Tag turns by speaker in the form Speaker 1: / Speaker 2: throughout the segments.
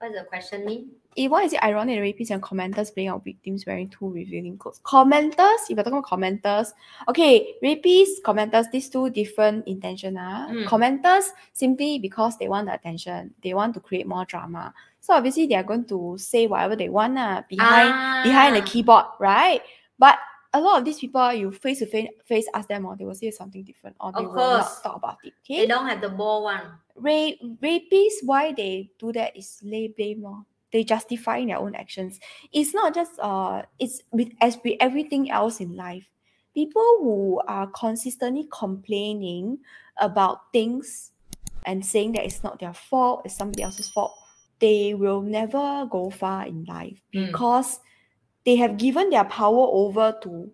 Speaker 1: What does the question mean?
Speaker 2: Eh, why is it ironic that rapists and commenters playing out victims wearing two revealing clothes? Commenters, if you're talking about commenters, okay, rapists, commenters, these two different intention. Ah.
Speaker 1: Mm.
Speaker 2: Commenters simply because they want the attention, they want to create more drama. So obviously they are going to say whatever they want ah, behind behind the
Speaker 1: Ah,
Speaker 2: keyboard, right? But a lot of these people, you face to fa- face ask them, or they will say something different, or they
Speaker 1: Of
Speaker 2: will not
Speaker 1: course.
Speaker 2: talk about it.
Speaker 1: They
Speaker 2: Okay,
Speaker 1: don't have the ball one.
Speaker 2: Ra- rapists, why they do that is lay blame more. They justify their own actions. It's not just uh, it's with as with everything else in life. People who are consistently complaining about things and saying that it's not their fault, it's somebody else's fault, they will never go far in life
Speaker 1: Mm.
Speaker 2: because they have given their power over to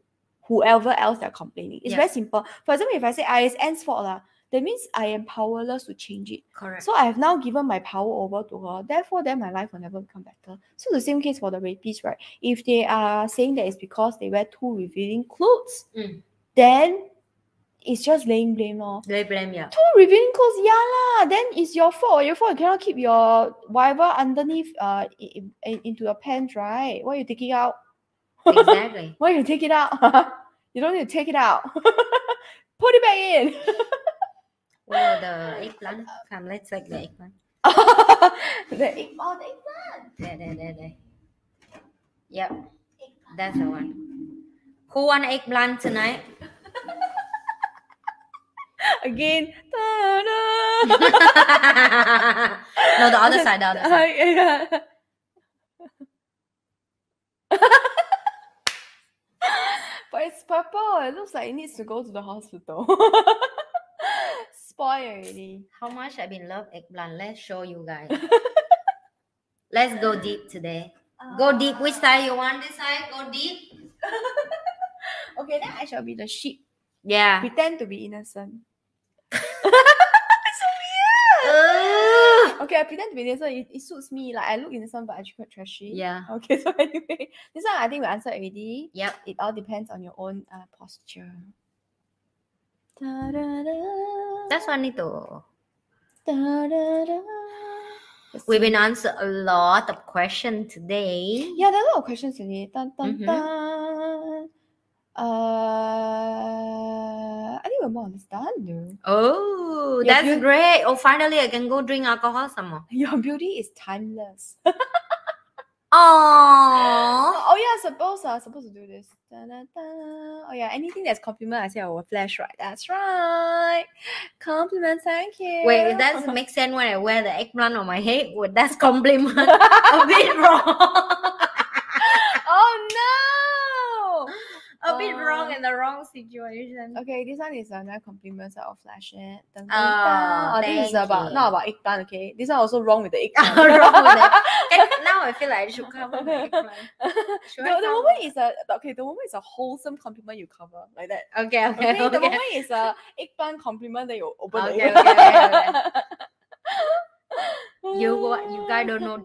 Speaker 2: whoever else they're complaining. It's very
Speaker 1: Yes.
Speaker 2: simple. For example, if I say I is Anne's fault, lah, that means I am powerless to change it.
Speaker 1: Correct.
Speaker 2: So I have now given my power over to her. Therefore, then my life will never become better. So the same case for the rapists, right? If they are saying that it's because they wear too revealing clothes,
Speaker 1: Mm.
Speaker 2: then it's just laying blame lor
Speaker 1: they blame you.
Speaker 2: too revealing clothes, yeah lah. Then it's your fault. Your fault. You cannot keep your whatever underneath uh i- i- i- into your pants, right? Why you take it out?
Speaker 1: Exactly.
Speaker 2: Why you take it out? you don't need to take it out. Put it back in.
Speaker 1: Well, the eggplant. Come, let's take the eggplant.
Speaker 2: the egg- oh, the egg-
Speaker 1: There, there, there, there. Yep. That's the one. Who want eggplant tonight?
Speaker 2: again.
Speaker 1: no,
Speaker 2: Ta-da.
Speaker 1: the other side, the other side.
Speaker 2: yeah. but it's purple. It looks like it needs to go to the hospital. Spoil already.
Speaker 1: How much I've been love eggplant. Let's show you guys. Let's go deep today. Go deep. Which side you want? This side? Go deep.
Speaker 2: Okay, then I shall be the sheep.
Speaker 1: Yeah.
Speaker 2: Pretend to be innocent.
Speaker 1: Ugh.
Speaker 2: Okay, I pretend to be innocent. It, it suits me. Like I look innocent, but I actually quite trashy.
Speaker 1: yeah.
Speaker 2: Okay, so anyway, this one I think we answered already.
Speaker 1: Yep.
Speaker 2: It all depends on your own uh, posture. Da-da-da,
Speaker 1: That's funny too.
Speaker 2: da-da-da. Let's
Speaker 1: We've
Speaker 2: see.
Speaker 1: been answered a lot of questions today.
Speaker 2: Yeah, there are a lot of questions in it. Dun, dun,
Speaker 1: Mhm.
Speaker 2: dun. Uh, I think we're more or less done though.
Speaker 1: Oh,
Speaker 2: Yeah,
Speaker 1: that's
Speaker 2: you-
Speaker 1: great. Oh, finally, I can go drink alcohol some more.
Speaker 2: Your beauty is timeless.
Speaker 1: Oh,
Speaker 2: Oh yeah, suppose uh, supposed to do this. Da, da, da. Oh yeah, anything that's compliment, I say I will flash right. That's right. Compliment, thank you.
Speaker 1: wait, that makes sense when I wear the eggplant on my head. Well, that's compliment. a bit wrong.
Speaker 2: oh
Speaker 1: a bit wrong
Speaker 2: Oh.
Speaker 1: in the wrong situation.
Speaker 2: no. Okay, this one is another compliment, so I'll flash it. Dun, dun,
Speaker 1: Oh,
Speaker 2: dun. this is
Speaker 1: thank
Speaker 2: about
Speaker 1: you.
Speaker 2: not about eggplant. Okay, this one also wrong with the eggplant.
Speaker 1: Wrong with the- Egg- now I feel like I should cover the eggplant. Should I
Speaker 2: No, the
Speaker 1: cover?
Speaker 2: woman is a okay. The woman is a wholesome compliment you cover like that.
Speaker 1: Okay, okay,
Speaker 2: Okay, the
Speaker 1: okay.
Speaker 2: woman is a eggplant compliment that you open. the
Speaker 1: Okay,
Speaker 2: egg.
Speaker 1: okay, okay, You wa- you guys don't know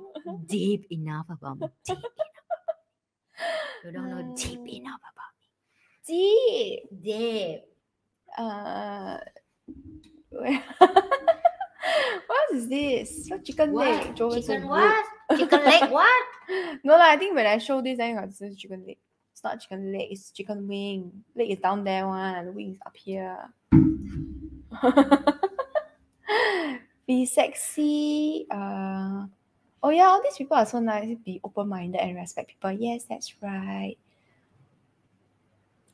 Speaker 1: deep enough about me. Deep enough. You don't know deep
Speaker 2: Mm.
Speaker 1: enough about
Speaker 2: deep.
Speaker 1: me. Deep.
Speaker 2: Uh, wait. what is this? So chicken leg.
Speaker 1: What?
Speaker 2: Joe is so
Speaker 1: Chicken
Speaker 2: rude.
Speaker 1: what? Chicken leg what?
Speaker 2: No lah. I think when I show this, then you got this chicken leg. It's not chicken leg. It's chicken wing. Leg is down there one. The wing is up here. Be sexy. Uh, oh yeah, all these people are so nice. Be open-minded and respect people. Yes, that's right.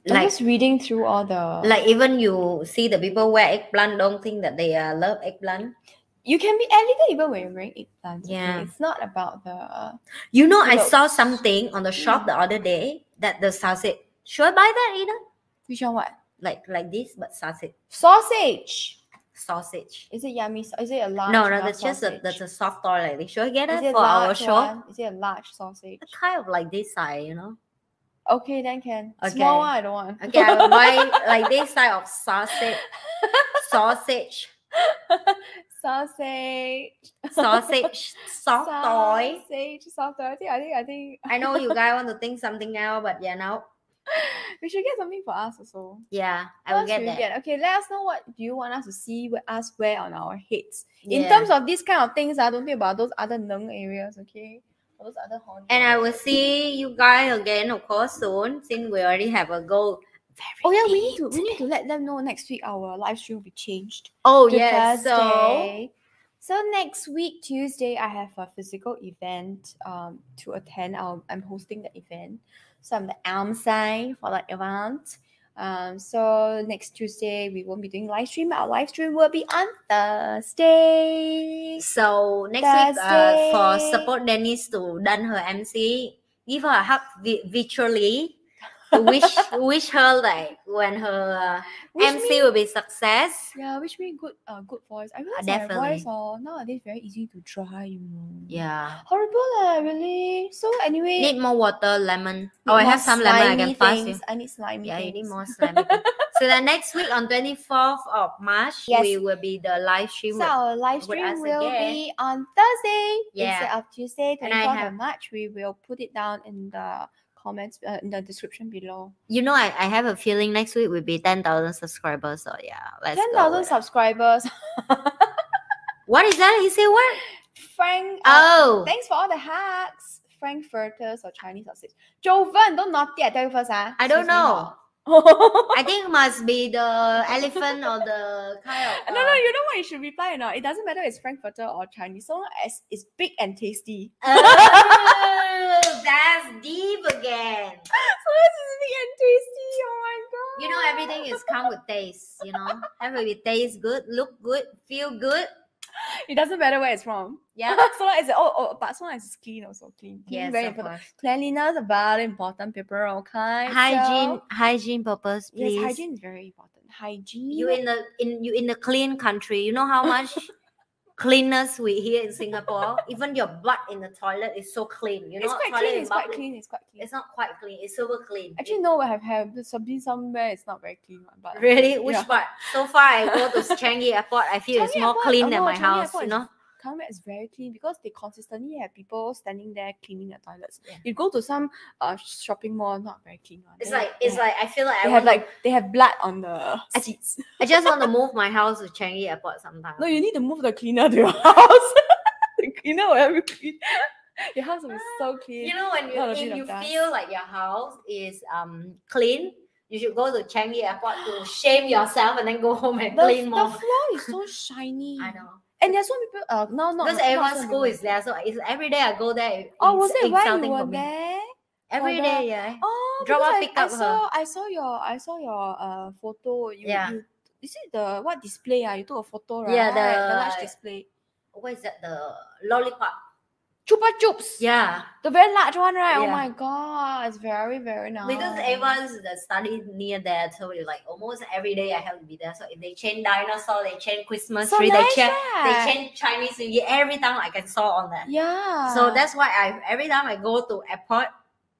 Speaker 2: I'm
Speaker 1: Like
Speaker 2: just reading through all the
Speaker 1: like even you see the people wear eggplant don't think that they uh, love eggplant.
Speaker 2: you can be elegant even when you're wearing eggplants. okay?
Speaker 1: Yeah.
Speaker 2: It's not about the
Speaker 1: You know, I
Speaker 2: Looks.
Speaker 1: saw something on the shop the other day that the sausage. Should I buy that either?
Speaker 2: which one what?
Speaker 1: Like like this, but sausage.
Speaker 2: Sausage.
Speaker 1: Sausage.
Speaker 2: Is it yummy? sa- Is it a large?
Speaker 1: no, no,
Speaker 2: enough
Speaker 1: that's just a, that's a
Speaker 2: sausage?
Speaker 1: soft toy like this. Should I get
Speaker 2: Is
Speaker 1: it
Speaker 2: it
Speaker 1: for our
Speaker 2: large
Speaker 1: shop?
Speaker 2: one? Is it a large sausage?
Speaker 1: Kind of like this size, you know.
Speaker 2: Okay, then can. Small
Speaker 1: Okay.
Speaker 2: one I don't want.
Speaker 1: Okay, I will buy like this type of sausage, sausage,
Speaker 2: sausage.
Speaker 1: sausage, soft toy.
Speaker 2: Sausage. Soft toy. I think. I think. I think.
Speaker 1: I know you guys want to think something now, but yeah, now
Speaker 2: we should get something for us also.
Speaker 1: Yeah, I
Speaker 2: What
Speaker 1: will get
Speaker 2: should we
Speaker 1: that.
Speaker 2: Okay, let us know what do you want us to see with us wear on our heads. In
Speaker 1: Yeah.
Speaker 2: terms of these kind of things, I don't think about those other nung areas, okay? Or Those other horn.
Speaker 1: and I will see you guys again, of course, soon. Since we already have a goal. Very
Speaker 2: Oh yeah, we need
Speaker 1: big
Speaker 2: to we
Speaker 1: today.
Speaker 2: need to let them know next week our live stream will be changed.
Speaker 1: Oh
Speaker 2: to
Speaker 1: yes. So
Speaker 2: Thursday. So next week Tuesday, I have a physical event um to attend. I'll, I'm hosting the event, so I'm the arm sign for the event. Um, so next Tuesday we won't be doing live stream. Our live stream will be on Thursday.
Speaker 1: so next week uh, for
Speaker 2: Thursday.
Speaker 1: support Denise to done her MC, give her a hug vi- virtually. to wish wish her like when her uh,
Speaker 2: Wish
Speaker 1: MC
Speaker 2: me-
Speaker 1: will be success.
Speaker 2: yeah, wish me good uh, good voice. I realize my
Speaker 1: definitely.
Speaker 2: voice oh, nowadays very easy to dry, you know.
Speaker 1: Yeah.
Speaker 2: Horrible, lah, really. So anyway,
Speaker 1: Need more water, lemon.
Speaker 2: need
Speaker 1: oh, I
Speaker 2: more
Speaker 1: have some lemon. I
Speaker 2: slimy
Speaker 1: can pass you.
Speaker 2: things. I need slimy
Speaker 1: Yeah, you
Speaker 2: things.
Speaker 1: need more slimy. things. so the next week on 24th of March,
Speaker 2: Yes.
Speaker 1: we will be the live stream.
Speaker 2: So our live
Speaker 1: with
Speaker 2: stream
Speaker 1: us
Speaker 2: will
Speaker 1: again.
Speaker 2: be on Thursday
Speaker 1: Yeah.
Speaker 2: instead of Tuesday,
Speaker 1: And I
Speaker 2: 24th
Speaker 1: have-
Speaker 2: of March. We will put it down in the comments uh, in the description below.
Speaker 1: you know, I, I have a feeling next week will be 10,000 subscribers. So yeah, let's
Speaker 2: Ten
Speaker 1: go.
Speaker 2: thousand
Speaker 1: with it.
Speaker 2: subscribers.
Speaker 1: What is that? He say what?
Speaker 2: Frank. uh,
Speaker 1: Oh,
Speaker 2: thanks for all the hacks. Frankfurters or Chinese sausage. Joven, don't naughty. I tell you first, ah.
Speaker 1: I don't
Speaker 2: Excuse me,
Speaker 1: know.
Speaker 2: hor.
Speaker 1: I think must be the elephant or the kind of.
Speaker 2: no, no,
Speaker 1: uh,
Speaker 2: you know what you should reply or not. It doesn't matter if it's Frankfurter or Chinese, so long as it's big and tasty.
Speaker 1: Oh, that's deep again.
Speaker 2: So long as it's big and tasty. Oh my god.
Speaker 1: You know, everything is come with taste, you know. Everything taste good, look good, feel good.
Speaker 2: It doesn't matter where it's from.
Speaker 1: Yeah.
Speaker 2: so long as it, oh, oh, but so long as it's clean also clean. clean
Speaker 1: Yes,
Speaker 2: very
Speaker 1: of
Speaker 2: important.
Speaker 1: course.
Speaker 2: Cleanliness is very important. People, okay.
Speaker 1: Hygiene,
Speaker 2: So,
Speaker 1: hygiene purpose, please.
Speaker 2: yes, hygiene is very important. Hygiene.
Speaker 1: You in the in you in the clean country. You know how much cleanness we here in Singapore. Even your blood in the toilet is so clean. You know,
Speaker 2: it's quite
Speaker 1: toilet
Speaker 2: clean.
Speaker 1: in
Speaker 2: It's quite
Speaker 1: public,
Speaker 2: clean. It's quite clean.
Speaker 1: It's not quite clean. It's super clean.
Speaker 2: Actually,
Speaker 1: It-
Speaker 2: no, I have have something somewhere. It's not very clean, one, but
Speaker 1: really, which
Speaker 2: yeah.
Speaker 1: part? So far, I go to Changi Airport. I feel it's
Speaker 2: Changi
Speaker 1: more
Speaker 2: Airport-
Speaker 1: clean
Speaker 2: oh
Speaker 1: than
Speaker 2: no,
Speaker 1: my
Speaker 2: Changi
Speaker 1: house.
Speaker 2: Airport
Speaker 1: You
Speaker 2: is
Speaker 1: know,
Speaker 2: Kalmak is very clean because they consistently have people standing there cleaning the toilets.
Speaker 1: Yeah.
Speaker 2: You go to some uh shopping mall, not very clean one.
Speaker 1: it's
Speaker 2: They have-
Speaker 1: like it's
Speaker 2: they have-
Speaker 1: like I feel like I
Speaker 2: they have
Speaker 1: want
Speaker 2: like they have blood on the
Speaker 1: I-
Speaker 2: seats.
Speaker 1: to, I just want to move my house to Changi Airport sometimes.
Speaker 2: No, you need to move the cleaner to your house. the cleaner will help you clean. Your house will be so clean.
Speaker 1: You know when you
Speaker 2: Not a bit
Speaker 1: if
Speaker 2: of
Speaker 1: you
Speaker 2: dust.
Speaker 1: feel like your house is um clean, you should go to Changi Airport to shame yourself and then go home and
Speaker 2: the,
Speaker 1: clean
Speaker 2: the
Speaker 1: more.
Speaker 2: floor is so shiny.
Speaker 1: I know
Speaker 2: And there's so many people. Uh, no, not
Speaker 1: because
Speaker 2: not
Speaker 1: everyone's
Speaker 2: so
Speaker 1: school
Speaker 2: many.
Speaker 1: is there, so it's every day I go there. it-
Speaker 2: Oh, was
Speaker 1: it's
Speaker 2: it why you
Speaker 1: insulting
Speaker 2: were
Speaker 1: for me.
Speaker 2: there?
Speaker 1: Every
Speaker 2: the-
Speaker 1: day, yeah.
Speaker 2: Oh,
Speaker 1: Drop
Speaker 2: because
Speaker 1: off,
Speaker 2: I,
Speaker 1: pick
Speaker 2: I
Speaker 1: up her.
Speaker 2: saw, I saw your, I saw your uh photo. You,
Speaker 1: Yeah.
Speaker 2: you, is it the what display? Ah, you took a photo, right?
Speaker 1: Yeah,
Speaker 2: the large
Speaker 1: the-
Speaker 2: display.
Speaker 1: What is that? The lollipop.
Speaker 2: Chupa chups.
Speaker 1: Yeah,
Speaker 2: The very large one, right? Oh
Speaker 1: Yeah.
Speaker 2: my god, it's very very nice.
Speaker 1: because everyone's that study near there, so it's like almost every day I have to be there. So if they change dinosaur, they change Christmas
Speaker 2: so
Speaker 1: tree,
Speaker 2: nice,
Speaker 1: they change
Speaker 2: right?
Speaker 1: they change Chinese New Year. Every time I can saw on that.
Speaker 2: Yeah.
Speaker 1: So that's why I every time I go to airport,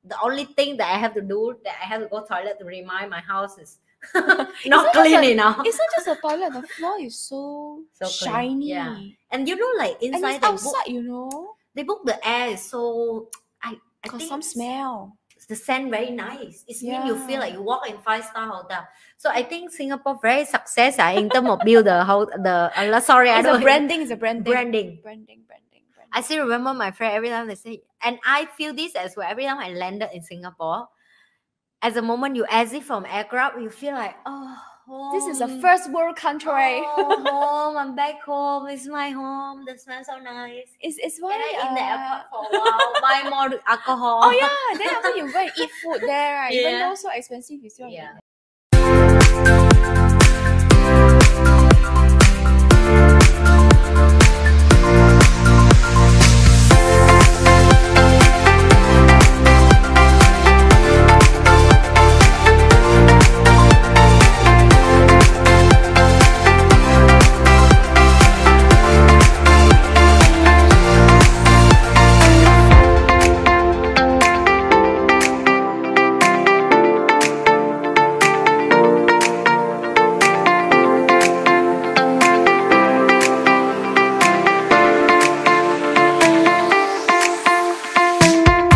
Speaker 1: the only thing that I have to do that I have to go toilet to remind my house is not
Speaker 2: not just
Speaker 1: clean
Speaker 2: a-
Speaker 1: enough.
Speaker 2: it's not just the toilet. The floor is so,
Speaker 1: So clean,
Speaker 2: shiny.
Speaker 1: yeah. And you know, like
Speaker 2: And
Speaker 1: inside
Speaker 2: it's
Speaker 1: they book,
Speaker 2: outside, you know,
Speaker 1: they book the air is so I I
Speaker 2: got
Speaker 1: think
Speaker 2: some smell.
Speaker 1: the scent very nice. It's mean you feel like
Speaker 2: Yeah.
Speaker 1: you walk in five star hotel. So I think Singapore very success ah, in terms of build the how the uh, la- sorry I
Speaker 2: It's a
Speaker 1: don't
Speaker 2: branding. It's a branding.
Speaker 1: branding.
Speaker 2: Branding. Branding. branding.
Speaker 1: I still remember my friend every time they say, and I feel this as well. Every time I landed in Singapore, as the moment you exit from aircraft, you feel like, oh, home.
Speaker 2: This is a first world country.
Speaker 1: Oh, home. I'm back home. It's my home. The smell so nice.
Speaker 2: It's it's why
Speaker 1: Can I in the
Speaker 2: uh,
Speaker 1: airport for a while? Buy more alcohol.
Speaker 2: Oh yeah, then after you go and eat food there, right? Even
Speaker 1: Yeah.
Speaker 2: though so expensive, you still want to eat
Speaker 1: Yeah.